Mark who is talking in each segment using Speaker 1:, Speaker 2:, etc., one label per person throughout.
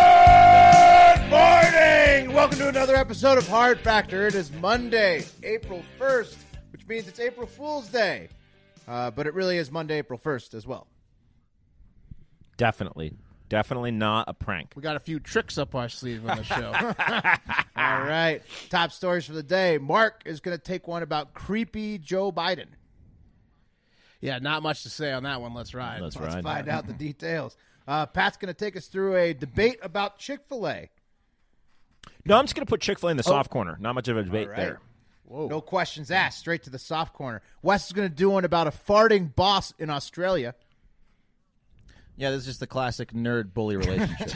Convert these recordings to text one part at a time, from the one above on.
Speaker 1: Good morning! Welcome to another episode of Hard Factor. It is Monday, April 1st, which means it's April Fool's Day. Uh, but it really is Monday, April 1st as well.
Speaker 2: Definitely. Definitely not a prank.
Speaker 3: We got a few tricks up our sleeve on the show.
Speaker 1: All right. Top stories for the day. Mark is going to take one about creepy Joe Biden.
Speaker 3: yeah, not much to say on that one. Let's ride.
Speaker 2: Let's
Speaker 1: Let's
Speaker 2: ride.
Speaker 1: find out the details. Uh, Pat's going to take us through a debate about Chick fil A.
Speaker 2: No, I'm just going to put Chick fil A in
Speaker 3: Oh.
Speaker 2: the soft corner. Not much of a debate
Speaker 1: All right.
Speaker 2: there.
Speaker 1: No questions asked. Straight to the soft corner. Wes is going to do one about a farting boss in Australia.
Speaker 4: Yeah, this is just the classic nerd bully relationship.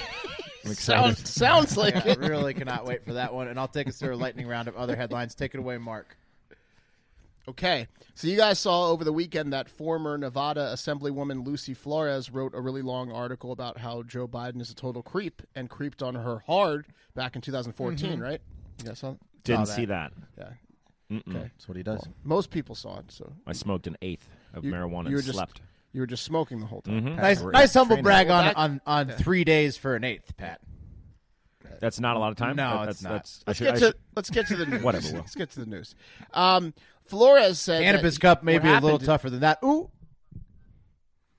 Speaker 4: I'm excited.
Speaker 3: Sounds, sounds like
Speaker 1: Yeah, I
Speaker 3: it.
Speaker 1: really cannot wait for that one. And I'll take us through a lightning round of other headlines. Take it away, Mark.
Speaker 3: Okay. So you guys saw over the weekend that former Nevada Assemblywoman Lucy Flores wrote a really long article about how Joe Biden is a total creep and creeped on her hard back in 2014,
Speaker 2: Mm-hmm.
Speaker 3: right? You guys saw that?
Speaker 2: Didn't see that.
Speaker 3: Yeah.
Speaker 4: That's what he does.
Speaker 3: Most people saw it, so
Speaker 2: I smoked an eighth of
Speaker 3: you-
Speaker 2: marijuana
Speaker 3: you were
Speaker 2: and
Speaker 3: just
Speaker 2: slept. Mm-hmm.
Speaker 3: you were just smoking the whole time. Pat.
Speaker 1: Hmm. Nice, nice humble
Speaker 3: Trainer.
Speaker 1: brag on,
Speaker 3: Well, that-
Speaker 1: on, on three days for an eighth, Pat.
Speaker 2: That's not a lot of time.
Speaker 1: No,
Speaker 2: That-
Speaker 1: it's not.
Speaker 2: that's,
Speaker 3: Let's
Speaker 2: I
Speaker 3: get
Speaker 2: should- I
Speaker 3: to
Speaker 2: should-
Speaker 3: let's get to the news.
Speaker 2: Whatever, Will.
Speaker 3: Let's get to the news. Um, Flores said that
Speaker 1: Cannabis cup may
Speaker 3: what
Speaker 1: be a little
Speaker 3: happened-
Speaker 1: tougher than that. Ooh,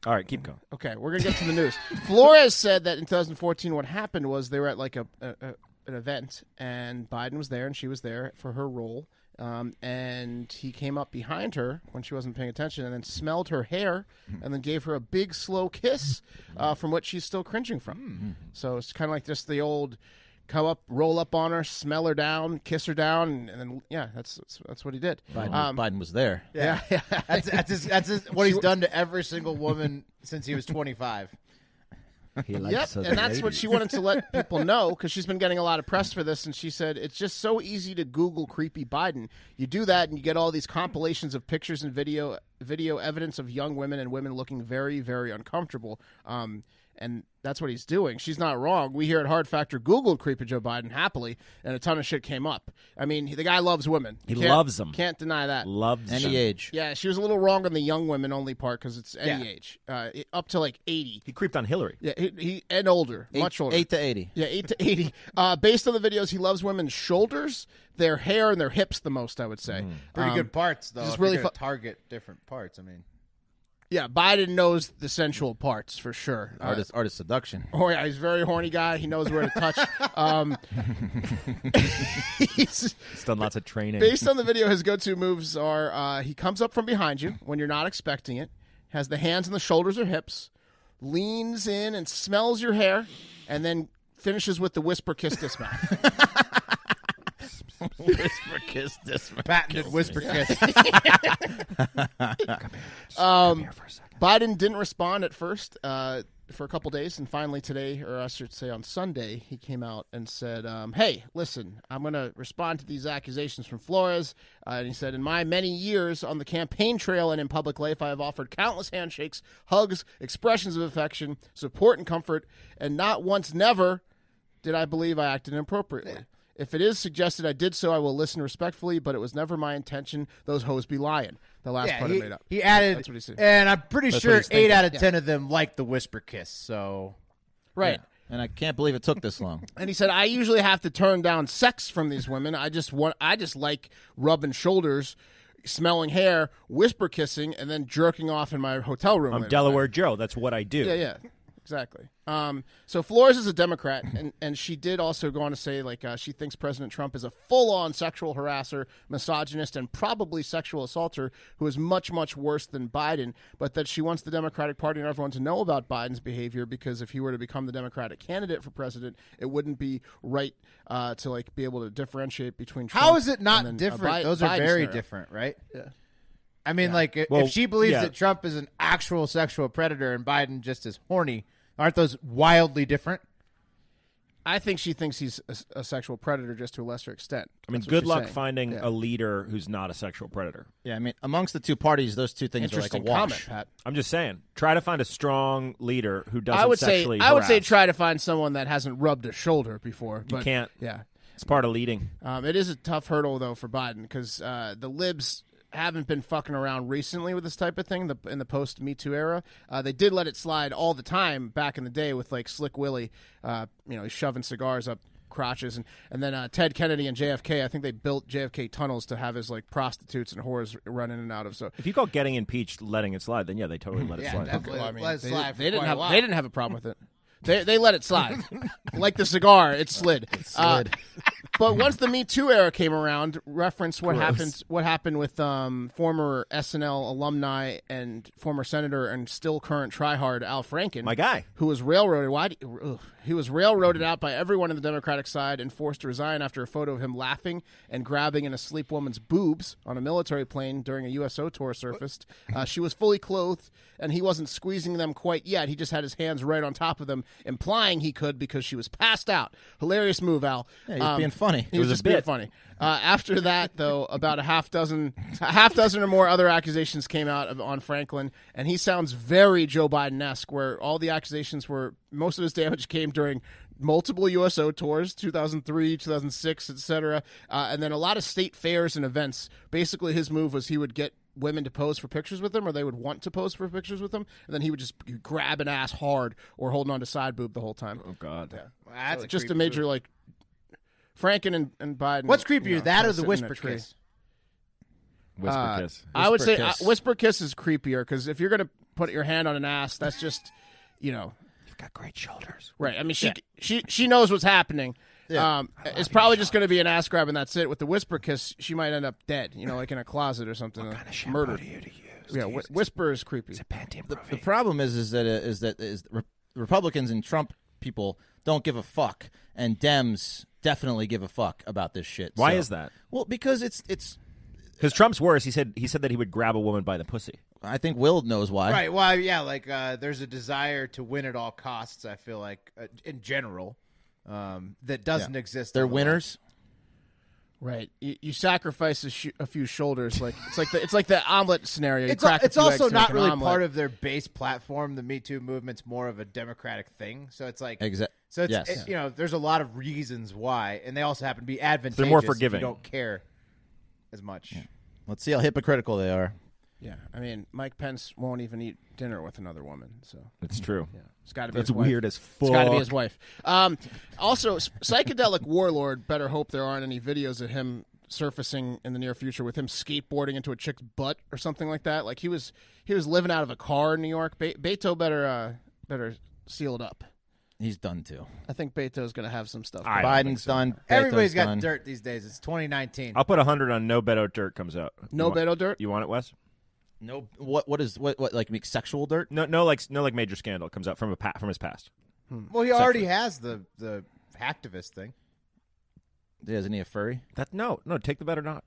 Speaker 2: All right, keep going.
Speaker 3: Okay, we're gonna get to the news. Flores said that in 2014, what happened was they were at like a, a, a an event, and Biden was there, and she was there for her role. Um, and he came up behind her when she wasn't paying attention, and then smelled her hair, and then gave her a big slow kiss, uh, from which she's still cringing from. So it's kind of like just the old come up, roll up on her, smell her down, kiss her down, and, and then yeah, that's that's what he did.
Speaker 4: Biden,
Speaker 3: Um,
Speaker 4: Biden was there.
Speaker 1: yeah, That's that's, his, that's his, what he's done to every single woman since he was 25.
Speaker 3: Yep, and that's what she wanted to let people know because she's been getting a lot of press for this, and she said it's just so easy to Google creepy Biden. You do that, and you get all these compilations of pictures and video video evidence of young women and women looking very, very uncomfortable. Um, and that's what he's doing. She's not wrong. We here at Hard Factor Googled creepy Joe Biden happily, and a ton of shit came up. I mean, the guy loves women.
Speaker 2: He
Speaker 3: Can't-
Speaker 2: loves 'em.
Speaker 3: Can't deny that.
Speaker 2: Loved
Speaker 4: Any
Speaker 2: them.
Speaker 4: age.
Speaker 3: yeah, she was a little wrong on the young women only part because it's any
Speaker 1: Yeah.
Speaker 3: age, uh, up to like eighty.
Speaker 2: He creeped on Hillary.
Speaker 3: Yeah, he, he and older,
Speaker 4: Eight,
Speaker 3: much older.
Speaker 4: Eight to eighty.
Speaker 3: yeah, eight to eighty. Uh, based on the videos, he loves women's shoulders, their hair, and their hips the most. I would say.
Speaker 4: Hmm.
Speaker 1: Pretty
Speaker 3: Um,
Speaker 1: good parts though.
Speaker 3: just
Speaker 1: if you're
Speaker 3: really
Speaker 1: gonna
Speaker 3: fu-
Speaker 1: target different parts. I mean,
Speaker 3: Yeah, Biden knows the sensual parts for sure. Uh,
Speaker 4: Artist, artist seduction.
Speaker 3: Oh yeah, he's a very horny guy. He knows where to touch. um, he's,
Speaker 2: He's done lots of training.
Speaker 3: based on the video, his go-to moves are: uh, he comes up from behind you when you're not expecting it, has the hands on the shoulders or hips, leans in and smells your hair, and then finishes with the whisper kiss kiss mouth.
Speaker 4: Whisper kiss this man.
Speaker 1: patented whisper kiss.
Speaker 3: Biden didn't respond at first uh, for a couple days, and finally today, or I should say on Sunday, he came out and said, um, "Hey, listen, I'm going to respond to these accusations from Flores." Uh, and he said, "In my many years on the campaign trail and in public life, I have offered countless handshakes, hugs, expressions of affection, support, and comfort, and not once, never." did I believe I acted inappropriately? If it is suggested I did so, I will listen respectfully, but it was never my intention. Those hoes be lying. The last
Speaker 1: Yeah,
Speaker 3: part I
Speaker 1: he,
Speaker 3: made up.
Speaker 1: he added, eh,
Speaker 3: That's what he said.
Speaker 1: and I'm pretty sure eight
Speaker 4: he's thinking.
Speaker 1: out of ten of them like the whisper kiss. So
Speaker 3: Right.
Speaker 4: And I can't believe it took this long.
Speaker 3: And he said, "I usually have to turn down sex from these women. I just want, I just like rubbing shoulders, smelling hair, whisper kissing, and then jerking off in my hotel room."
Speaker 2: I'm
Speaker 3: later."
Speaker 2: Delaware Joe. That's what I do.
Speaker 3: Yeah, yeah. exactly. Um, so Flores is a Democrat, and, and she did also go on to say like uh, she thinks President Trump is a full-on sexual harasser, misogynist, and probably sexual assaulter who is much much worse than Biden. But that she wants the Democratic Party and everyone to know about Biden's behavior because if he were to become the Democratic candidate for president, it wouldn't be right uh, to like be able to differentiate between. Trump
Speaker 1: How is it not
Speaker 3: and then, uh,
Speaker 1: different?
Speaker 3: Bi-
Speaker 1: Those are
Speaker 3: Biden's
Speaker 1: very
Speaker 3: narrative.
Speaker 1: different, right? Yeah. I mean, like, i-
Speaker 2: Well,
Speaker 1: if she believes
Speaker 2: yeah.
Speaker 1: that Trump is an actual sexual predator and Biden just is horny, aren't those wildly different?
Speaker 3: I think she thinks he's a, a sexual predator just to a lesser extent.
Speaker 2: I mean, good luck finding a leader who's not a sexual predator.
Speaker 4: Yeah, I mean, amongst the two parties, those two things are like a
Speaker 3: Interesting
Speaker 4: wash.
Speaker 3: comment, Pat.
Speaker 2: I'm just saying, try to find a strong leader who doesn't
Speaker 3: I would say
Speaker 2: sexually.
Speaker 3: I would say
Speaker 2: harass.
Speaker 3: try to find someone that hasn't rubbed a shoulder before. But
Speaker 2: can't.
Speaker 3: Yeah,
Speaker 2: It's part of leading.
Speaker 3: um, it is a tough hurdle though for Biden because uh, the libs haven't been fucking around recently with this type of thing. The, in the post Me Too era, uh, they did let it slide all the time back in the day with like Slick Willie, uh, you know, shoving cigars up crotches and and then uh, Ted Kennedy and JFK. I think they built JFK tunnels to have his like prostitutes and whores run in and out of. So
Speaker 2: If you call getting impeached letting it slide, then yeah, they totally let it slide.
Speaker 3: Well, I mean,
Speaker 1: Let it
Speaker 3: they,
Speaker 1: slide
Speaker 3: did-
Speaker 1: for
Speaker 3: they didn't
Speaker 1: quite a
Speaker 3: have
Speaker 1: while.
Speaker 3: they didn't have a problem with it. They they let it slide, like the cigar. It slid. slid. but once the Me Too era came around, reference what happened what happened with um, former SNL alumni and former senator and still current tryhard Al Franken,
Speaker 2: My guy.
Speaker 3: who was railroaded. Why? do you- ugh. he was railroaded out by everyone on the Democratic side and forced to resign after a photo of him laughing and grabbing an asleep woman's boobs on a military plane during a USO tour surfaced. Uh, she was fully clothed, and he wasn't squeezing them quite yet. He just had his hands right on top of them, implying he could because she was passed out. Hilarious move, Al.
Speaker 4: Yeah, he was being funny.
Speaker 3: He was,
Speaker 2: was a
Speaker 3: just being
Speaker 2: bit.
Speaker 3: funny. Uh, after that, though, about a half dozen, a half dozen or more other accusations came out of, on Franklin, and he sounds very Joe Biden-esque, where all the accusations were most of his damage came during multiple USO tours, 2003, 2006, etc., uh, and then a lot of state fairs and events. Basically, his move was he would get women to pose for pictures with him or they would want to pose for pictures with him and then he would just grab an ass hard or holding on to side boob the whole time
Speaker 2: God.
Speaker 1: That's a
Speaker 3: just a
Speaker 1: creepy
Speaker 3: major
Speaker 1: move.
Speaker 3: like Franken and, and Biden.
Speaker 1: What's
Speaker 3: you
Speaker 1: creepier,
Speaker 3: know,
Speaker 1: that
Speaker 3: kinda
Speaker 1: or the
Speaker 3: sitting in
Speaker 1: whisper
Speaker 3: tree.
Speaker 1: kiss?
Speaker 2: Whisper
Speaker 3: Uh,
Speaker 2: kiss.
Speaker 3: I would say
Speaker 4: Whisper
Speaker 3: uh,
Speaker 4: kiss.
Speaker 3: whisper kiss is creepier because if you're gonna put your hand on an ass, that's just you know
Speaker 2: You've got great shoulders.
Speaker 3: right. I mean she she she knows what's happening. Um, it's probably just gonna be an ass grab and that's it. With the whisper kiss, she might end up dead. You know, like in a closet or something. uh, murdered.
Speaker 2: you to use?
Speaker 3: Yeah, whi- whisper is creepy.
Speaker 2: Panty
Speaker 4: The problem is, is that uh, is that is re- Republicans and Trump people don't give a fuck, and Dems definitely give a fuck about this shit.
Speaker 2: Why
Speaker 4: so-
Speaker 2: is that?
Speaker 4: Well, because it's it's.
Speaker 2: Because Trump's worse. He said he said that he would grab a woman by the pussy.
Speaker 4: I think Will knows why.
Speaker 1: Right. Well, yeah, like uh, there's a desire to win at all costs, I feel like, uh, in general, um, that doesn't exist.
Speaker 4: They're
Speaker 1: otherwise.
Speaker 4: winners.
Speaker 3: Right. You, you sacrifice a, sh- a few shoulders. Like it's like the, it's like the omelet scenario. You
Speaker 1: It's,
Speaker 3: crack a
Speaker 1: it's
Speaker 3: few eggs
Speaker 1: also
Speaker 3: to make
Speaker 1: not
Speaker 3: an
Speaker 1: really
Speaker 3: omelet.
Speaker 1: part of their base platform. The Me Too movement's more of a democratic thing. So it's like.
Speaker 4: Exa-
Speaker 1: So it's,
Speaker 4: yes.
Speaker 1: it- you know, there's a lot of reasons why, and they also happen to be advantageous.
Speaker 2: more
Speaker 1: if you
Speaker 2: forgiving.
Speaker 1: don't care as much.
Speaker 4: Let's see how hypocritical they are.
Speaker 3: Yeah, I mean, Mike Pence won't even eat dinner with another woman, so
Speaker 2: It's true.
Speaker 3: it's got to be.
Speaker 2: That's
Speaker 3: his wife.
Speaker 2: weird as fuck.
Speaker 3: It's got to be his wife. Um, also, s- psychedelic warlord. Better hope there aren't any videos of him surfacing in the near future with him skateboarding into a chick's butt or something like that. Like he was, he was living out of a car in New York. Be- Beto better, uh, better sealed up.
Speaker 4: He's done too.
Speaker 3: I think Beto's going to have some stuff.
Speaker 2: I- don't think
Speaker 4: Biden's done.
Speaker 1: Everybody's
Speaker 4: Beto's
Speaker 1: got
Speaker 4: done.
Speaker 1: dirt these days. It's
Speaker 3: Oh,
Speaker 1: 2019.
Speaker 2: I'll put a hundred on no Beto dirt comes out.
Speaker 3: No
Speaker 2: You want-
Speaker 3: Beto dirt?
Speaker 2: You want it, Wes?
Speaker 4: No, what what is what what like make sexual dirt?
Speaker 2: No, no, like no, like major scandal comes out from a pa- from his past.
Speaker 1: well, he already has the the hacktivist thing.
Speaker 4: Yeah, Isn't he a furry?
Speaker 2: That no, no, take the bet or not.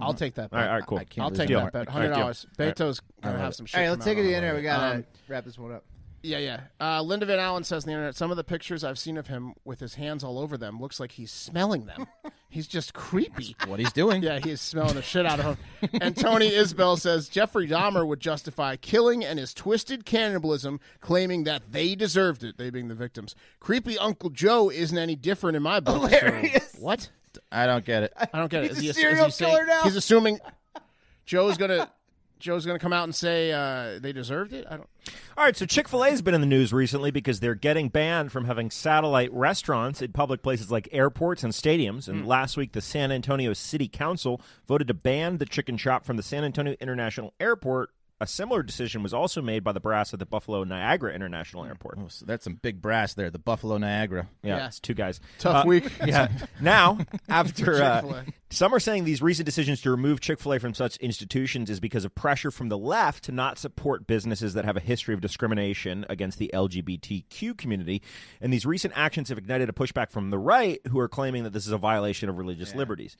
Speaker 3: I'll take that.
Speaker 2: All right, all right, cool.
Speaker 4: I can't
Speaker 3: I'll
Speaker 4: believe
Speaker 3: take
Speaker 4: it.
Speaker 3: that bet. Hundred dollars. Beto's gonna have some shit.
Speaker 1: All right,
Speaker 3: come
Speaker 1: let's
Speaker 3: out
Speaker 1: take it
Speaker 3: on
Speaker 1: to
Speaker 3: it.
Speaker 1: the internet. We gotta
Speaker 3: Um,
Speaker 1: wrap this one up.
Speaker 3: Yeah, yeah. Uh, Linda Van Allen says on the internet, some of the pictures I've seen of him with his hands all over them looks like he's smelling them. he's just creepy.
Speaker 4: What he's doing?
Speaker 3: Yeah, he is smelling the shit out of him. And Tony Isbell says Jeffrey Dahmer would justify killing and his twisted cannibalism, claiming that they deserved it, they being the victims. Creepy Uncle Joe isn't any different in my book. so-
Speaker 1: Hilarious.
Speaker 3: what?
Speaker 4: I don't get it.
Speaker 3: I don't get
Speaker 1: He's
Speaker 3: it.
Speaker 1: a
Speaker 3: Is he-
Speaker 1: serial
Speaker 3: is he saying-
Speaker 1: killer now?
Speaker 3: He's assuming Joe's gonna Joe's gonna come out and say uh, they deserved it. I don't.
Speaker 2: All right, so Chick Fil A's been in the news recently because they're getting banned from having satellite restaurants at public places like airports and stadiums. And last week, the San Antonio City Council voted to ban the chicken shop from the San Antonio International Airport. a similar decision was also made by the brass at the Buffalo Niagara International Airport.
Speaker 4: Oh, so that's some big brass there, the Buffalo Niagara.
Speaker 2: Yeah,
Speaker 3: Yeah.
Speaker 2: it's two guys.
Speaker 3: Tough
Speaker 2: Uh,
Speaker 3: week.
Speaker 2: Yeah. now, after uh,
Speaker 3: Chick-fil-A.
Speaker 2: some are saying these recent decisions to remove Chick Fil A from such institutions is because of pressure from the left to not support businesses that have a history of discrimination against the LGBTQ community, and these recent actions have ignited a pushback from the right, who are claiming that this is a violation of religious liberties.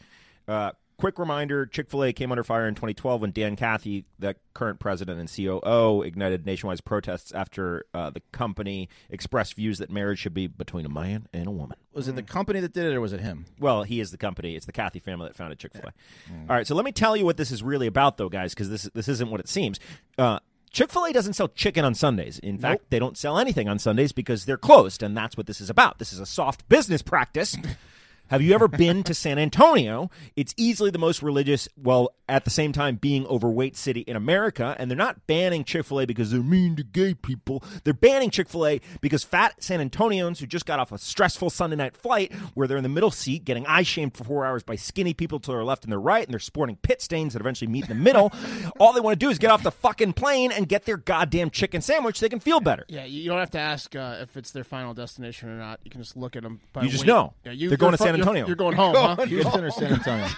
Speaker 2: Uh, Quick reminder Chick fil A came under fire in 2012 when Dan Cathy, the current president and COO, ignited nationwide protests after uh, the company expressed views that marriage should be between a man and a woman.
Speaker 4: Was it the company that did it, or was it him?
Speaker 2: Well, he is the company. It's the Kathy family that founded Chick Fil A. All right, so let me tell you what this is really about, though, guys, because this this isn't what it seems. Uh, Chick Fil A doesn't sell chicken on Sundays. In fact, they don't sell anything on Sundays because they're closed, and that's what this is about. This is a soft business practice. Have you ever been to San Antonio? It's easily the most religious, while at the same time being overweight city in America. And they're not banning Chick fil A because they're mean to gay people. They're banning Chick fil A because fat San Antonians who just got off a stressful Sunday night flight where they're in the middle seat getting eye shamed for four hours by skinny people to their left and their right, and they're sporting pit stains that eventually meet in the middle. All they want to do is get off the fucking plane and get their goddamn chicken sandwich so they can feel better.
Speaker 3: Yeah, you you don't have to ask uh, if it's their final destination or not. You can just look at them. By
Speaker 2: You just
Speaker 3: weight.
Speaker 2: know.
Speaker 3: Yeah, you,
Speaker 2: They're going to
Speaker 3: you're
Speaker 2: San
Speaker 3: fu- you're-
Speaker 2: Antonio.
Speaker 3: You're, going home, huh?
Speaker 4: Houston or San Antonio?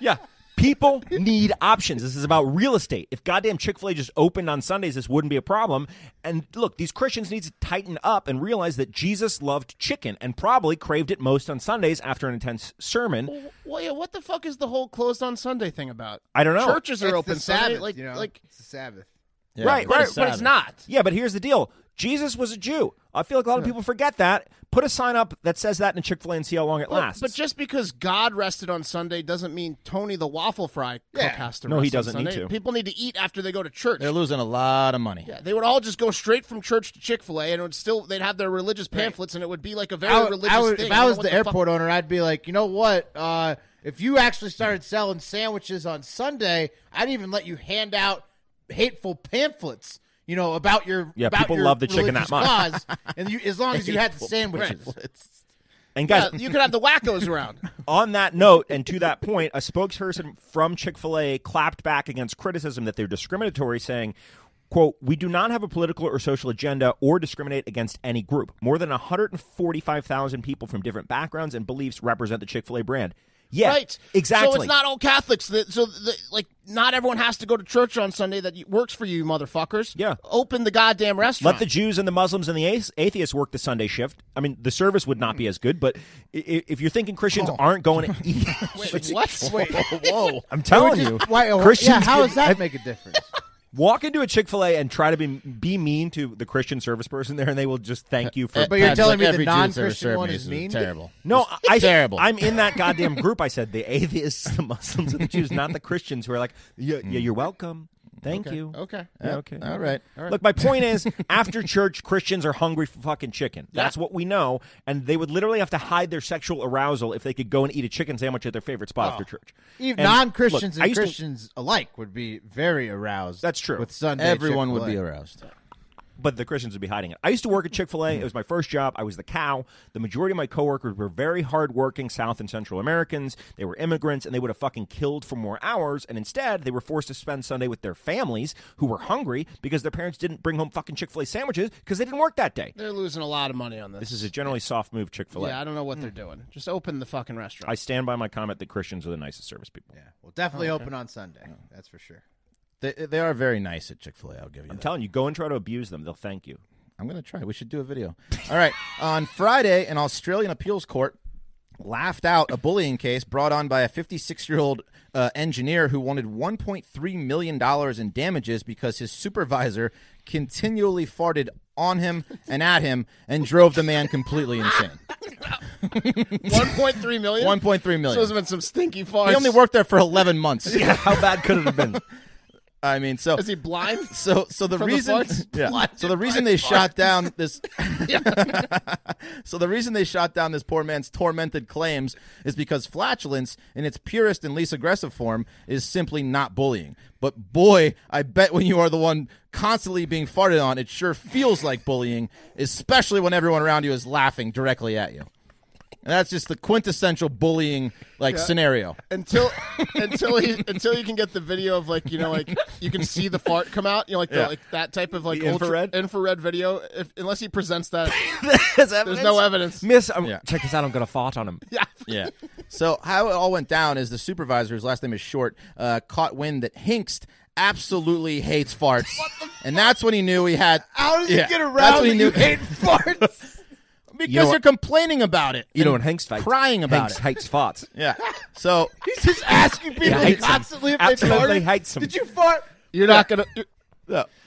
Speaker 2: Yeah. People need options. This is about real estate. If goddamn Chick fil A just opened on Sundays, this wouldn't be a problem. And look, these Christians need to tighten up and realize that Jesus loved chicken and probably craved it most on Sundays after an intense sermon.
Speaker 3: Well, yeah. What the fuck is the whole closed on Sunday thing about?
Speaker 2: I don't know.
Speaker 3: Churches are
Speaker 1: It's
Speaker 3: open
Speaker 1: the
Speaker 3: Sunday.
Speaker 1: Sabbath,
Speaker 3: Like,
Speaker 1: you know?
Speaker 3: like,
Speaker 1: it's the Sabbath.
Speaker 4: Yeah,
Speaker 2: Right,
Speaker 4: the
Speaker 2: right,
Speaker 3: but it's
Speaker 4: Sabbath.
Speaker 3: not.
Speaker 2: Yeah, but here's the deal Jesus was a Jew. I feel like a lot of people forget that. Put a sign up that says that in Chick fil A and see how long it
Speaker 3: But,
Speaker 2: lasts.
Speaker 3: but just because God rested on Sunday doesn't mean Tony the waffle fry cook
Speaker 1: Yeah.
Speaker 3: has to.
Speaker 2: No,
Speaker 3: rest
Speaker 2: he
Speaker 3: on
Speaker 2: doesn't need
Speaker 3: Sunday.
Speaker 2: to.
Speaker 3: People need to eat after they go to church.
Speaker 4: They're losing a lot of money.
Speaker 3: Yeah, they would all just go straight from church to Chick Fil A, and it would still they'd have their religious pamphlets, and it would be like a very
Speaker 1: I, would-
Speaker 3: religious
Speaker 1: I would,
Speaker 3: thing.
Speaker 1: if
Speaker 3: I don't
Speaker 1: I was
Speaker 3: know
Speaker 1: the,
Speaker 3: what fuck-
Speaker 1: airport owner, I'd be like, you know what? Uh, if you actually started selling sandwiches on Sunday, I'd even let you hand out hateful pamphlets. You know about your
Speaker 2: Yeah,
Speaker 1: about
Speaker 2: people
Speaker 1: your
Speaker 2: love the chicken
Speaker 1: religious
Speaker 2: that much.
Speaker 1: cause, and you, as long as you had the sandwiches,
Speaker 2: and guys,
Speaker 3: Yeah, you could have the wackos around.
Speaker 2: on that note and to that point, a spokesperson from Chick fil A clapped back against criticism that they're discriminatory, saying, Quote, we do not have a political or social agenda or discriminate against any group. More than 145,000 people from different backgrounds and beliefs represent the Chick fil A brand. Yeah,
Speaker 3: right.
Speaker 2: exactly.
Speaker 3: So it's not all Catholics. That, so, the, like, not everyone has to go to church on Sunday that y- works for you, motherfuckers.
Speaker 2: Yeah.
Speaker 3: Open the goddamn restaurant.
Speaker 2: Let the Jews and the Muslims and the athe- atheists work the Sunday shift. I mean, the service would not be as good, but i- i- if you're thinking Christians aren't going to eat.
Speaker 3: Oh. Wait, what?
Speaker 4: Whoa.
Speaker 2: I'm telling you,
Speaker 1: Why, oh,
Speaker 2: Christians
Speaker 1: yeah, how
Speaker 2: get-
Speaker 1: does that make a difference?
Speaker 2: Walk into a Chick Fil A and try to be be mean to the Christian service person there, and they will just thank you for.
Speaker 1: But you're
Speaker 4: That's
Speaker 1: telling me
Speaker 4: like
Speaker 1: the
Speaker 4: every Jew that's ever
Speaker 1: non-Christian
Speaker 4: served
Speaker 1: one
Speaker 4: me
Speaker 1: is mean?
Speaker 4: Terrible.
Speaker 2: no, I,
Speaker 4: terrible.
Speaker 2: I'm in that goddamn group. I said the atheists, the Muslims, and the Jews, not the Christians who are like, yeah, yeah you're welcome. Thank you.
Speaker 3: okay.
Speaker 2: Yeah, okay.
Speaker 4: All right.
Speaker 2: Look, my point is, after church, Christians are hungry for fucking chicken. That's what we know, and they would literally have to hide their sexual arousal if they could go and eat a chicken sandwich at their favorite spot after church.
Speaker 1: Even
Speaker 2: And
Speaker 1: non-Christians
Speaker 2: look,
Speaker 1: and
Speaker 2: I used to-
Speaker 1: Christians alike would be very aroused.
Speaker 2: That's true.
Speaker 1: With Sunday,
Speaker 4: Everyone would
Speaker 1: Chick-fil-A.
Speaker 4: be aroused.
Speaker 2: but the Christians would be hiding it. I used to work at Chick fil A. It was my first job. I was the cow. The majority of my coworkers were very hardworking South and Central Americans. They were immigrants and they would have fucking killed for more hours. And instead, they were forced to spend Sunday with their families who were hungry because their parents didn't bring home fucking Chick fil A sandwiches because they didn't work that day.
Speaker 3: They're losing a lot of money on this.
Speaker 2: This is a generally soft move, Chick fil A.
Speaker 3: yeah, I don't know what they're doing. Just open the fucking restaurant.
Speaker 2: I stand by my comment that Christians are the nicest service people.
Speaker 1: Yeah, well, definitely
Speaker 4: Oh,
Speaker 1: open on Sunday. That's for sure.
Speaker 4: They, they are very nice at Chick Fil A. I'll give you.
Speaker 2: I'm
Speaker 4: that.
Speaker 2: telling you, go and try to abuse them. They'll thank you.
Speaker 4: I'm going to try. We should do a video. All right. On Friday, an Australian appeals court laughed out a bullying case brought on by a 56 year old uh, engineer who wanted $1.3 million in damages because his supervisor continually farted on him and at him and drove the man completely insane.
Speaker 3: One point three million.
Speaker 4: 1.3
Speaker 3: So
Speaker 4: million.
Speaker 3: there's been some stinky farts.
Speaker 4: He only worked there for 11 months.
Speaker 2: How bad could it have been?
Speaker 4: I mean, so
Speaker 3: Is he blind?
Speaker 4: so so the
Speaker 3: From the
Speaker 4: reason
Speaker 3: farts?
Speaker 4: yeah. so the reason they shot down this so the reason they shot down this poor man's tormented claims is because flatulence in its purest and least aggressive form is simply not bullying but boy i bet when you are the one constantly being farted on it sure feels like bullying especially when everyone around you is laughing directly at you And that's just the quintessential bullying like scenario.
Speaker 3: until until he until you can get the video of like you know like you can see the fart come out you know like the, like that type of like
Speaker 2: The infrared?
Speaker 3: infrared video if, unless he presents that
Speaker 2: There's
Speaker 3: no evidence.
Speaker 2: Miss, I'm,
Speaker 4: Yeah.
Speaker 2: check this out. I'm gonna fart on him.
Speaker 3: yeah
Speaker 4: Yeah. So how it all went down is the supervisor, whose last name is Short, uh, caught wind that Hinkst absolutely hates farts, and that's when he knew he had.
Speaker 1: How does
Speaker 4: Yeah.
Speaker 1: he get around
Speaker 4: That's what he
Speaker 1: that
Speaker 4: knew.
Speaker 1: you hate farts?
Speaker 2: You
Speaker 4: Because
Speaker 2: know
Speaker 4: you are
Speaker 2: what-
Speaker 4: complaining about it.
Speaker 2: You know,
Speaker 4: and
Speaker 2: and Hanks fights.
Speaker 4: crying about
Speaker 2: Hanks
Speaker 4: it.
Speaker 2: hates farts.
Speaker 4: Yeah. So
Speaker 1: He's just asking people
Speaker 2: hates 'em.
Speaker 1: constantly if
Speaker 2: Absolutely
Speaker 1: they farted.
Speaker 2: hates 'em.
Speaker 1: Did you fart?
Speaker 3: you're not gonna you're,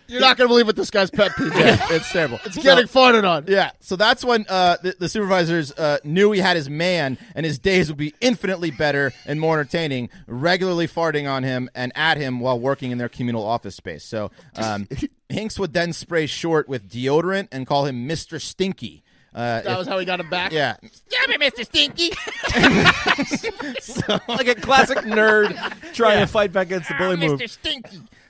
Speaker 3: you're not gonna believe what this guy's pet peeve is
Speaker 4: it's terrible.
Speaker 3: it's getting farted on
Speaker 4: Yeah, so that's when uh, the, the supervisors uh, knew he had his man, and his days would be infinitely better and more entertaining, regularly farting on him and at him while working in their communal office space. So um, Hinks would then spray Short with deodorant and call him Mr. Stinky. Uh,
Speaker 3: that
Speaker 4: if-
Speaker 3: was how he got him back
Speaker 4: yeah,
Speaker 2: like a classic nerd trying to fight back against the bully move.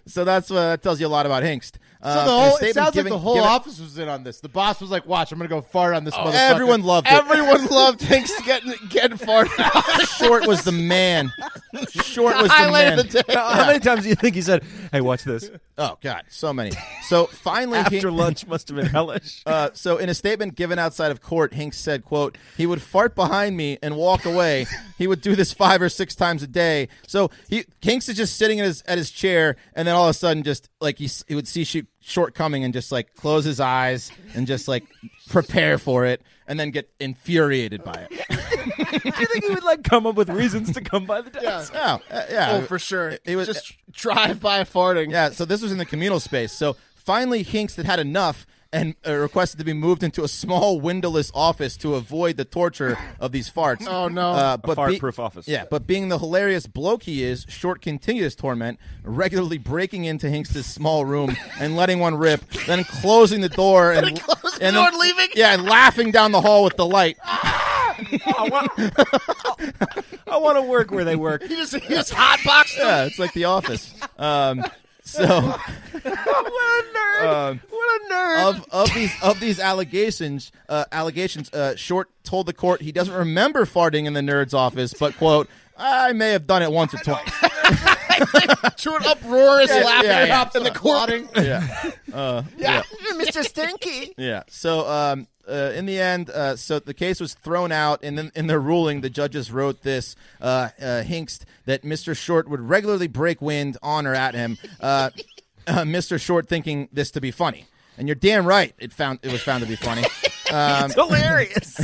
Speaker 4: so that's what that tells you a lot about Hinkst.
Speaker 1: So
Speaker 4: Uh,
Speaker 1: the
Speaker 4: in a
Speaker 1: whole it
Speaker 4: statement
Speaker 1: sounds
Speaker 4: given-
Speaker 1: like the whole
Speaker 4: given-
Speaker 1: office was in on this. The boss was like, "Watch, I'm gonna go fart on this
Speaker 2: Oh,
Speaker 1: motherfucker."
Speaker 4: Everyone loved it.
Speaker 3: everyone loved Hanks getting getting farted out
Speaker 4: Short was the man. Short was the
Speaker 3: highlight
Speaker 4: man.
Speaker 3: of the day
Speaker 2: How many times do you think he said, "Hey, watch this"?
Speaker 4: Oh God, so many. So finally,
Speaker 2: After
Speaker 4: Hinks-
Speaker 2: lunch must have been hellish.
Speaker 4: Uh, so in a statement given outside of court, Hinks said, quote, he would fart behind me and walk away. he would do this five or six times a day. So he Hinks is just sitting in his, at his chair and then all of a sudden just like he, s- he would see shoot, shortcoming and just like close his eyes and just like prepare for it and then get infuriated by it.
Speaker 2: do you think he would like come up with reasons to come by the desk?
Speaker 4: Yeah, uh, yeah.
Speaker 3: oh for sure
Speaker 4: He was-
Speaker 3: just drive by farting
Speaker 4: Yeah, so this was in the communal space. So finally, Hinks had had enough and uh, requested to be moved into a small windowless office to avoid the torture of these farts.
Speaker 3: Oh, no.
Speaker 4: Uh, but be-
Speaker 2: fart-proof office.
Speaker 4: Yeah, but being the hilarious bloke he is, Short continued his torment, regularly breaking into Hinks' small room and letting one rip, then closing the door and,
Speaker 3: closing the
Speaker 4: and
Speaker 3: door
Speaker 4: then-
Speaker 3: and leaving?
Speaker 4: Yeah, and laughing down the hall with delight.
Speaker 2: I want, I want to work where they work.
Speaker 3: he just he just hot boxed him
Speaker 4: Yeah, it's like The Office. Um, so. um,
Speaker 2: What a nerd! what a nerd!
Speaker 4: of of these of these allegations uh, allegations uh, short told the court he doesn't remember farting in the nerd's office but quote i may have done it once or twice
Speaker 3: to an uproarious laughter
Speaker 4: yeah, yeah.
Speaker 3: in the court
Speaker 4: yeah
Speaker 2: Mr. Stinky.
Speaker 4: yeah so um uh, in the end, uh, so the case was thrown out, and then in their ruling, the judges wrote this: uh, uh, Hinkst that Mr. Short would regularly break wind on or at him. Uh, uh, Mr. Short thinking this to be funny, and you're damn right. It found it was found to be funny.
Speaker 2: It's hilarious.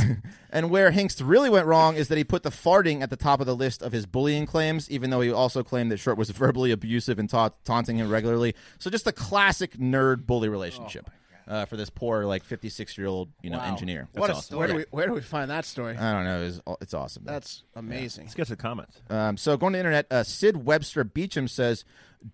Speaker 4: And where Hinkst really went wrong is that he put the farting at the top of the list of his bullying claims, even though he also claimed that Short was verbally abusive and ta- taunting him regularly. So just a classic nerd bully
Speaker 3: Oh,
Speaker 4: relationship uh, for this poor like fifty six year old you know engineer.
Speaker 3: What a
Speaker 4: That's awesome.
Speaker 3: where, do
Speaker 4: Yeah.
Speaker 3: we, where do we find that story?
Speaker 4: I don't know. It's, it's awesome.
Speaker 3: That's amazing.
Speaker 2: Let's get to the comments.
Speaker 4: Um, so going to the internet, uh, Sid Webster Beecham says,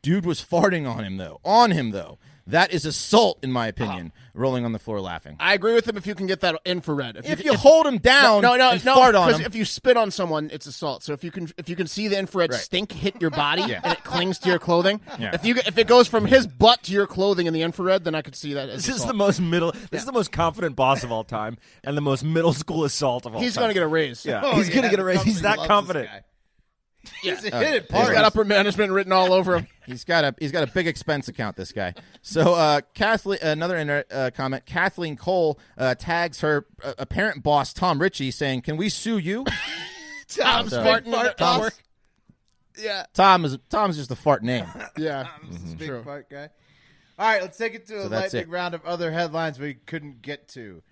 Speaker 4: "Dude was farting on him though. On him though. That is assault, in my opinion." Rolling on the floor laughing.
Speaker 3: I agree with him if you can get that infrared.
Speaker 4: If you hold him down,
Speaker 3: no, no,
Speaker 4: and
Speaker 3: no,
Speaker 4: fart on
Speaker 3: 'cause
Speaker 4: him.
Speaker 3: If you spit on someone, it's assault. So if you can, if you can see the infrared
Speaker 4: Right.
Speaker 3: stink hit your body and it clings to your clothing,
Speaker 4: Yeah.
Speaker 3: if you if it goes from his butt to your clothing in the infrared, then I could see that. As
Speaker 2: This is the
Speaker 3: assault.
Speaker 2: most middle. This is the most confident boss of all time, and the most middle school assault of all
Speaker 3: He's
Speaker 2: time.
Speaker 3: gonna get a raise.
Speaker 2: Yeah,
Speaker 3: Oh,
Speaker 2: he's gonna
Speaker 1: yeah,
Speaker 2: get a raise. He's
Speaker 1: company
Speaker 2: that
Speaker 1: loves this
Speaker 2: confident.
Speaker 1: guy.
Speaker 3: yeah.
Speaker 1: He's a hit at
Speaker 3: He's
Speaker 1: parties.
Speaker 3: got upper management written all over him.
Speaker 4: He's got a he's got a big expense account. This guy. So uh, Kathleen, another inter- uh, comment. Kathleen Cole uh, tags her uh, apparent boss Tom Ritchie saying, "Can we sue you?"
Speaker 3: Tom's
Speaker 4: so-
Speaker 3: farting.
Speaker 1: Fart
Speaker 3: in the-
Speaker 1: boss.
Speaker 3: work.
Speaker 1: Yeah,
Speaker 4: Tom is Tom's just a fart name.
Speaker 3: Yeah.
Speaker 2: Mm-hmm.
Speaker 1: big fart guy. All right, let's take it to a
Speaker 4: that's
Speaker 1: lightning
Speaker 4: it.
Speaker 1: round of other headlines we couldn't get to.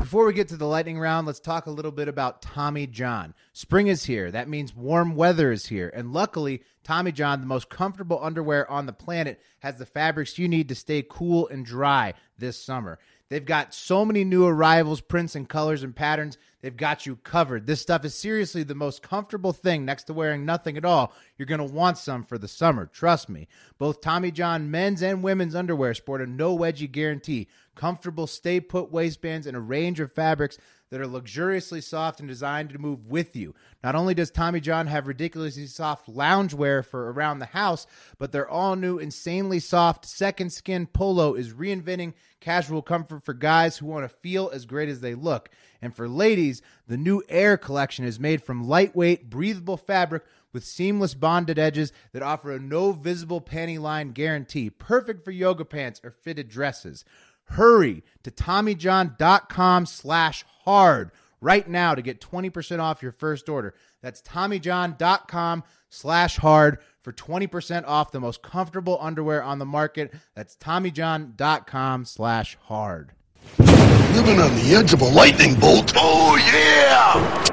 Speaker 1: Before we get to the lightning round, let's talk a little bit about Tommy John. Spring is here. That means warm weather is here. And luckily, Tommy John, the most comfortable underwear on the planet, has the fabrics you need to stay cool and dry this summer. They've got so many new arrivals, prints, and colors and patterns. They've got you covered. This stuff is seriously the most comfortable thing next to wearing nothing at all. You're going to want some for the summer, trust me. Both Tommy John men's and women's underwear sport a no wedgie guarantee. comfortable stay put waistbands in a range of fabrics that are luxuriously soft and designed to move with you. Not only does Tommy John have ridiculously soft loungewear for around the house, but their all new insanely soft second skin polo is reinventing casual comfort for guys who want to feel as great as they look. And for ladies, the new Air collection is made from lightweight, breathable fabric with seamless bonded edges that offer a no visible panty line guarantee, perfect for yoga pants or fitted dresses. Hurry to TommyJohn.com slash hard right now to get 20% off your first order. That's TommyJohn.com slash hard for 20% off the most comfortable underwear on the market. That's TommyJohn.com slash hard.
Speaker 5: Living on the edge of a lightning bolt. Oh, yeah!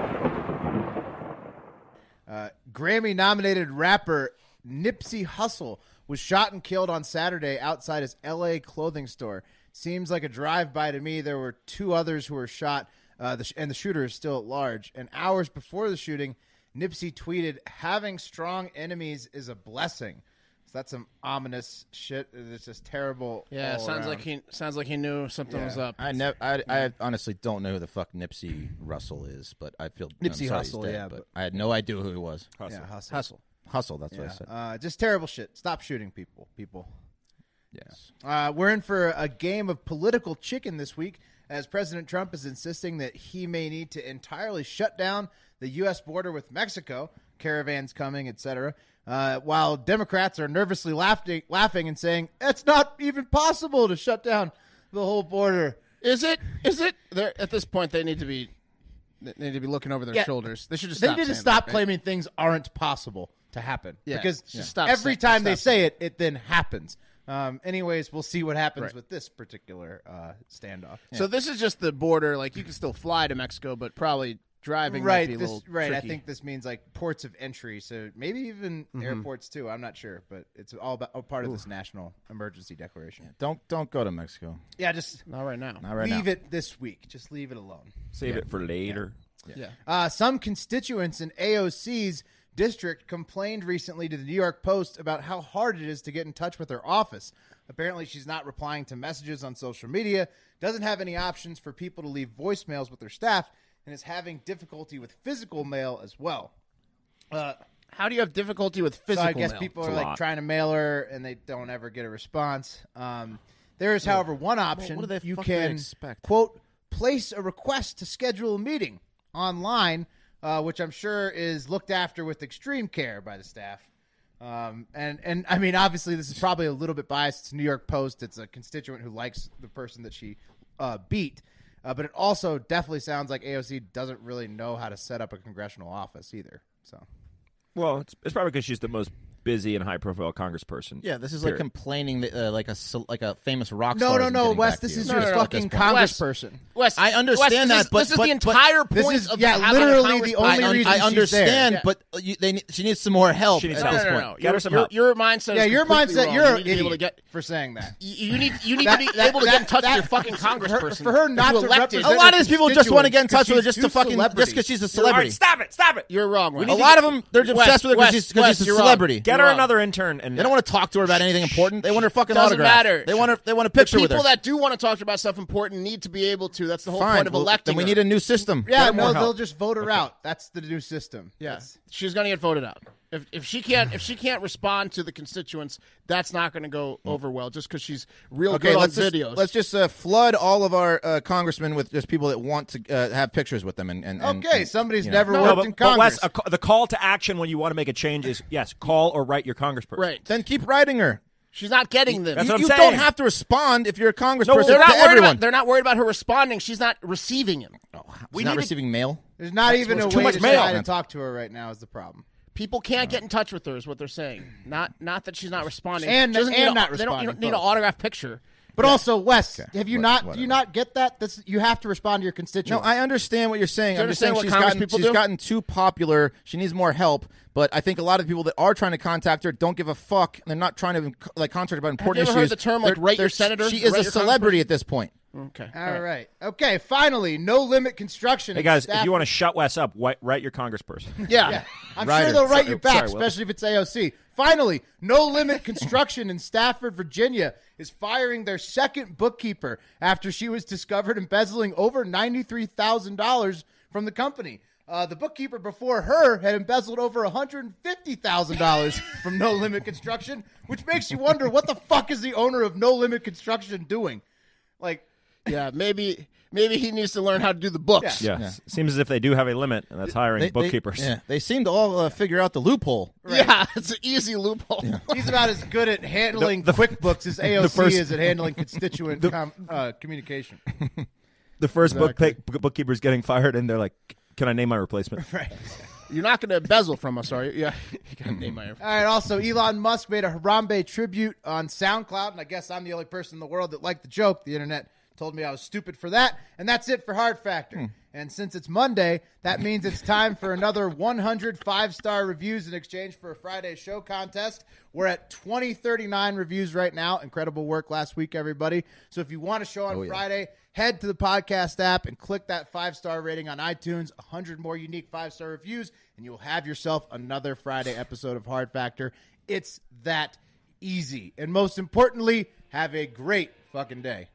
Speaker 1: Grammy nominated rapper Nipsey Hussle was shot and killed on Saturday outside his LA clothing store. Seems like a drive by to me. There were two others who were shot, uh, the sh- and the shooter is still at large. And hours before the shooting, Nipsey tweeted, Having strong enemies is a blessing. So that's some ominous shit. It's just terrible.
Speaker 3: Yeah,
Speaker 1: all
Speaker 3: sounds like
Speaker 1: around.
Speaker 3: he sounds like he knew something was up.
Speaker 4: I never. I, I honestly don't know who the fuck Nipsey Russell is, but I feel I'm
Speaker 1: Nipsey
Speaker 4: sorry he's
Speaker 1: Hussle,
Speaker 4: dead,
Speaker 1: yeah,
Speaker 4: but,
Speaker 1: but-
Speaker 4: I had no idea who he was.
Speaker 1: Yeah, hustle.
Speaker 3: Hustle.
Speaker 4: Hustle. That's what I said.
Speaker 1: Uh, just terrible shit. Stop shooting people, people.
Speaker 4: yes.
Speaker 1: Uh, we're in for a game of political chicken this week as President Trump is insisting that he may need to entirely shut down the U.S. border with Mexico, caravans coming, etc. Uh, while Democrats are nervously laughing, laughing and saying it's not even possible to shut down the whole border.
Speaker 3: Is it? Is it? They're, at this point, they need to be they need to be looking over their
Speaker 1: Yeah.
Speaker 3: shoulders. They should just
Speaker 1: they
Speaker 3: stop
Speaker 1: need to
Speaker 3: saying
Speaker 1: stop
Speaker 3: that, right?
Speaker 1: claiming things aren't possible to happen
Speaker 3: Yeah,
Speaker 1: because
Speaker 3: just stop
Speaker 1: every
Speaker 3: saying-
Speaker 1: time
Speaker 3: stop
Speaker 1: they
Speaker 3: saying
Speaker 1: say it, it then happens. Um, anyways, we'll see what happens with this particular uh, standoff.
Speaker 3: So this is just the border. Like you can still fly to Mexico, but probably driving
Speaker 1: right
Speaker 3: might be a
Speaker 1: this-
Speaker 3: little
Speaker 1: right i
Speaker 3: tricky. Mm-hmm.
Speaker 1: think this means like ports of entry so maybe even airports too i'm not sure but it's all about all part of this national emergency declaration
Speaker 4: Don't don't go to Mexico.
Speaker 1: yeah, just
Speaker 3: not right now.
Speaker 4: Not right
Speaker 1: leave
Speaker 4: now.
Speaker 1: it this week just leave it alone
Speaker 2: Save it for later.
Speaker 3: Yeah.
Speaker 1: uh, some constituents in aoc's district complained recently to the new york post about how hard it is to get in touch with her office apparently she's not replying to messages on social media doesn't have any options for people to leave voicemails with her staff and is having difficulty with physical mail as well
Speaker 3: How do you have difficulty with physical?
Speaker 1: So I guess
Speaker 3: mail?
Speaker 1: people
Speaker 2: It's
Speaker 1: are
Speaker 2: a
Speaker 1: like
Speaker 2: lot.
Speaker 1: trying to mail her and they don't ever get a response. Um, there is, however, one option
Speaker 4: what do they
Speaker 1: you
Speaker 4: fucking
Speaker 1: can
Speaker 4: expect?
Speaker 1: quote place a request to schedule a meeting online, uh, which I'm sure is looked after with extreme care by the staff. Um, and and I mean, obviously, this is probably a little bit biased. It's New York Post. It's a constituent who likes the person that she uh, beat. Uh, but it also definitely sounds like AOC doesn't really know how to set up a congressional office either. So
Speaker 2: Well, it's, it's probably because she's the most busy and high profile congressperson.
Speaker 4: Yeah, this is like
Speaker 2: Period.
Speaker 4: complaining that uh, like a cel- like a famous rock.
Speaker 1: No,
Speaker 4: star
Speaker 1: no,
Speaker 4: isn't
Speaker 1: no,
Speaker 4: getting
Speaker 1: Wes.
Speaker 4: back to
Speaker 1: This
Speaker 4: you.
Speaker 1: is
Speaker 3: No,
Speaker 1: your
Speaker 3: no, no.
Speaker 1: fucking
Speaker 3: At this point.
Speaker 1: congressperson.
Speaker 3: Wes,
Speaker 4: I understand
Speaker 3: Wes,
Speaker 4: that, but-
Speaker 3: this is,
Speaker 4: but-
Speaker 3: this is
Speaker 4: but-
Speaker 3: the entire
Speaker 1: This
Speaker 3: point
Speaker 1: is-
Speaker 3: of
Speaker 1: yeah,
Speaker 3: having a
Speaker 1: literally the
Speaker 3: Congress-
Speaker 1: only
Speaker 3: I-
Speaker 4: I,
Speaker 3: I-
Speaker 1: reason
Speaker 4: I
Speaker 1: she's there.
Speaker 4: understand,
Speaker 1: Yeah.
Speaker 4: but uh, you, they need, she needs some more help
Speaker 2: She needs
Speaker 4: at
Speaker 3: No,
Speaker 2: help.
Speaker 4: this
Speaker 3: no,
Speaker 4: point.
Speaker 3: no, no.
Speaker 2: Get
Speaker 3: Your,
Speaker 2: her some
Speaker 3: your,
Speaker 2: help.
Speaker 3: your mindset.
Speaker 1: Yeah,
Speaker 3: is
Speaker 1: your
Speaker 3: completely
Speaker 1: mindset.
Speaker 3: wrong.
Speaker 1: You're an
Speaker 3: you need to be able to
Speaker 1: idiot
Speaker 3: get.
Speaker 1: for saying that.
Speaker 3: You you need you need
Speaker 1: That-
Speaker 3: to be
Speaker 1: that-
Speaker 3: able to get in
Speaker 1: that-
Speaker 3: touch with
Speaker 1: that-
Speaker 3: your fucking
Speaker 1: for her-
Speaker 3: congressperson
Speaker 1: for her not
Speaker 3: who
Speaker 1: to
Speaker 3: elected-
Speaker 1: represent
Speaker 4: A lot of these people just want to get in touch with her
Speaker 1: Because
Speaker 4: just to
Speaker 1: she's two
Speaker 4: fucking just because
Speaker 1: celebrities.
Speaker 4: she's a
Speaker 2: All right,
Speaker 4: celebrity.
Speaker 2: stop it! Stop it!
Speaker 3: You're wrong.
Speaker 4: A lot of them they're obsessed with her because she's, because she's a celebrity.
Speaker 2: Get her another intern, and
Speaker 4: They don't want to talk to her about anything important. They want her fucking
Speaker 3: Doesn't
Speaker 4: autograph.
Speaker 3: matter.
Speaker 4: They want her. They want a picture
Speaker 3: people
Speaker 4: with her.
Speaker 3: that do want to talk about stuff important need to be able to. That's the whole
Speaker 4: Fine.
Speaker 3: point of
Speaker 4: well,
Speaker 3: electing.
Speaker 4: Then we
Speaker 3: her.
Speaker 4: need a new system.
Speaker 1: Yeah,
Speaker 2: more
Speaker 1: no, they'll
Speaker 2: help.
Speaker 1: just vote her out. That's the new system.
Speaker 3: Yeah,
Speaker 1: That's-
Speaker 3: she's gonna get voted out. If, if she can't if she can't respond to the constituents, that's not gonna go over well. Just because she's real
Speaker 4: Okay,
Speaker 3: good
Speaker 4: let's
Speaker 3: on
Speaker 4: just,
Speaker 3: videos.
Speaker 4: let's just uh, flood all of our uh, congressmen with just people that want to uh, have pictures with them. And, and, and
Speaker 1: Okay,
Speaker 4: and,
Speaker 1: somebody's
Speaker 4: you know.
Speaker 1: never
Speaker 2: No,
Speaker 1: worked
Speaker 2: but,
Speaker 1: in
Speaker 2: but
Speaker 1: Congress.
Speaker 2: Wes, uh, a ca- the call to action when you want to make a change is yes, call or write your congressperson.
Speaker 3: right.
Speaker 4: Then keep writing her.
Speaker 3: She's not getting them.
Speaker 2: That's
Speaker 4: you
Speaker 2: what I'm
Speaker 4: you
Speaker 2: saying.
Speaker 4: don't have to respond if you're a congressperson
Speaker 2: well,
Speaker 4: to
Speaker 3: they're not worried
Speaker 4: everyone.
Speaker 3: about. They're not worried about her responding. She's not receiving him.
Speaker 4: She's not receiving mail.
Speaker 1: There's not even a
Speaker 4: too
Speaker 1: way
Speaker 4: much
Speaker 1: to
Speaker 4: mail,
Speaker 1: try to
Speaker 4: man.
Speaker 1: talk to her right now. Is the problem?
Speaker 3: People can't get in touch with her. Is what they're saying. Not not that she's not responding.
Speaker 1: And-
Speaker 3: She doesn't
Speaker 1: and
Speaker 3: need a-
Speaker 1: not
Speaker 3: They don't, you
Speaker 1: responding,
Speaker 3: don't need an
Speaker 1: both.
Speaker 3: autograph picture.
Speaker 1: But also, Wes, have you
Speaker 4: what-
Speaker 1: not? Do
Speaker 4: whatever.
Speaker 1: you not get that? This you have to respond to your
Speaker 4: No,
Speaker 1: constituents.
Speaker 4: I understand what you're saying. I'm just saying
Speaker 3: understand what
Speaker 4: she's
Speaker 3: Congress
Speaker 4: gotten
Speaker 3: people
Speaker 4: she's
Speaker 3: do?
Speaker 4: gotten too popular. She needs more help. But I think a lot of people that are trying to contact her don't give a fuck. They're not trying to like contact her about important
Speaker 3: ever heard
Speaker 4: issues.
Speaker 3: the term, like,
Speaker 4: They're-
Speaker 3: rate your
Speaker 4: they're-
Speaker 3: senator?
Speaker 4: She is
Speaker 3: Rate
Speaker 4: a
Speaker 3: your
Speaker 4: celebrity at this point.
Speaker 3: Okay.
Speaker 1: All right. Okay. Finally, no limit construction.
Speaker 2: Hey guys, if you want to shut Wes up, whi- write your congressperson.
Speaker 3: Yeah.
Speaker 1: Yeah. I'm
Speaker 2: Ryder.
Speaker 1: sure they'll write
Speaker 2: Sorry-
Speaker 1: you back,
Speaker 2: sorry, Will.
Speaker 1: especially if it's AOC. Finally, No Limit Construction in Stafford, Virginia is firing their second bookkeeper after she was discovered embezzling over $93,000 from the company. Uh, the bookkeeper before her had embezzled over $150,000 from No Limit Construction, which makes you wonder what the fuck is the owner of No Limit Construction doing? Like,
Speaker 3: Yeah. Uh, Maybe maybe he needs to learn how to do the books.
Speaker 2: Yeah. s- Seems as if they do have a limit, and that's hiring
Speaker 4: They- they-
Speaker 2: bookkeepers.
Speaker 4: yeah, they seem to all uh, figure out the loophole.
Speaker 3: Yeah, it's an easy loophole.
Speaker 1: He's about as good at handling
Speaker 2: The- the-
Speaker 1: QuickBooks as AOC
Speaker 2: first-
Speaker 1: is at handling constituent com, uh, communication.
Speaker 2: The first book pick, bookkeeper's getting fired, and they're like, "Can I name my replacement?"
Speaker 3: You're not going to embezzle from us, are you? Yeah. You gotta name my-
Speaker 1: All right. Also, Elon Musk made a Harambe tribute on SoundCloud, and I guess I'm the only person in the world that liked the joke. The internet told me I was stupid for that, and that's it for Hard Factor. And since it's Monday, that means it's time for another 100 five star reviews in exchange for a Friday show contest. We're at 2039 reviews right now. Incredible work last week, everybody. So if you want a show on Friday, head to the podcast app and click that five star rating on iTunes. 100 more unique five star reviews, and you'll have yourself another Friday episode of Hard Factor. It's that easy. And most importantly, have a great fucking day.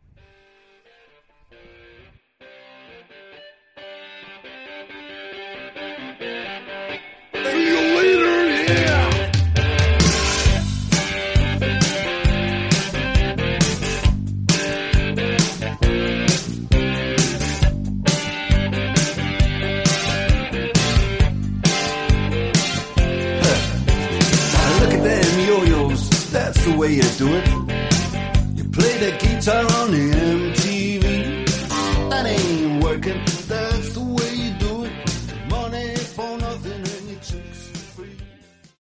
Speaker 5: See you later, yeah!
Speaker 6: Now look at them yo-yos, that's the way you do it. You play the guitar on the M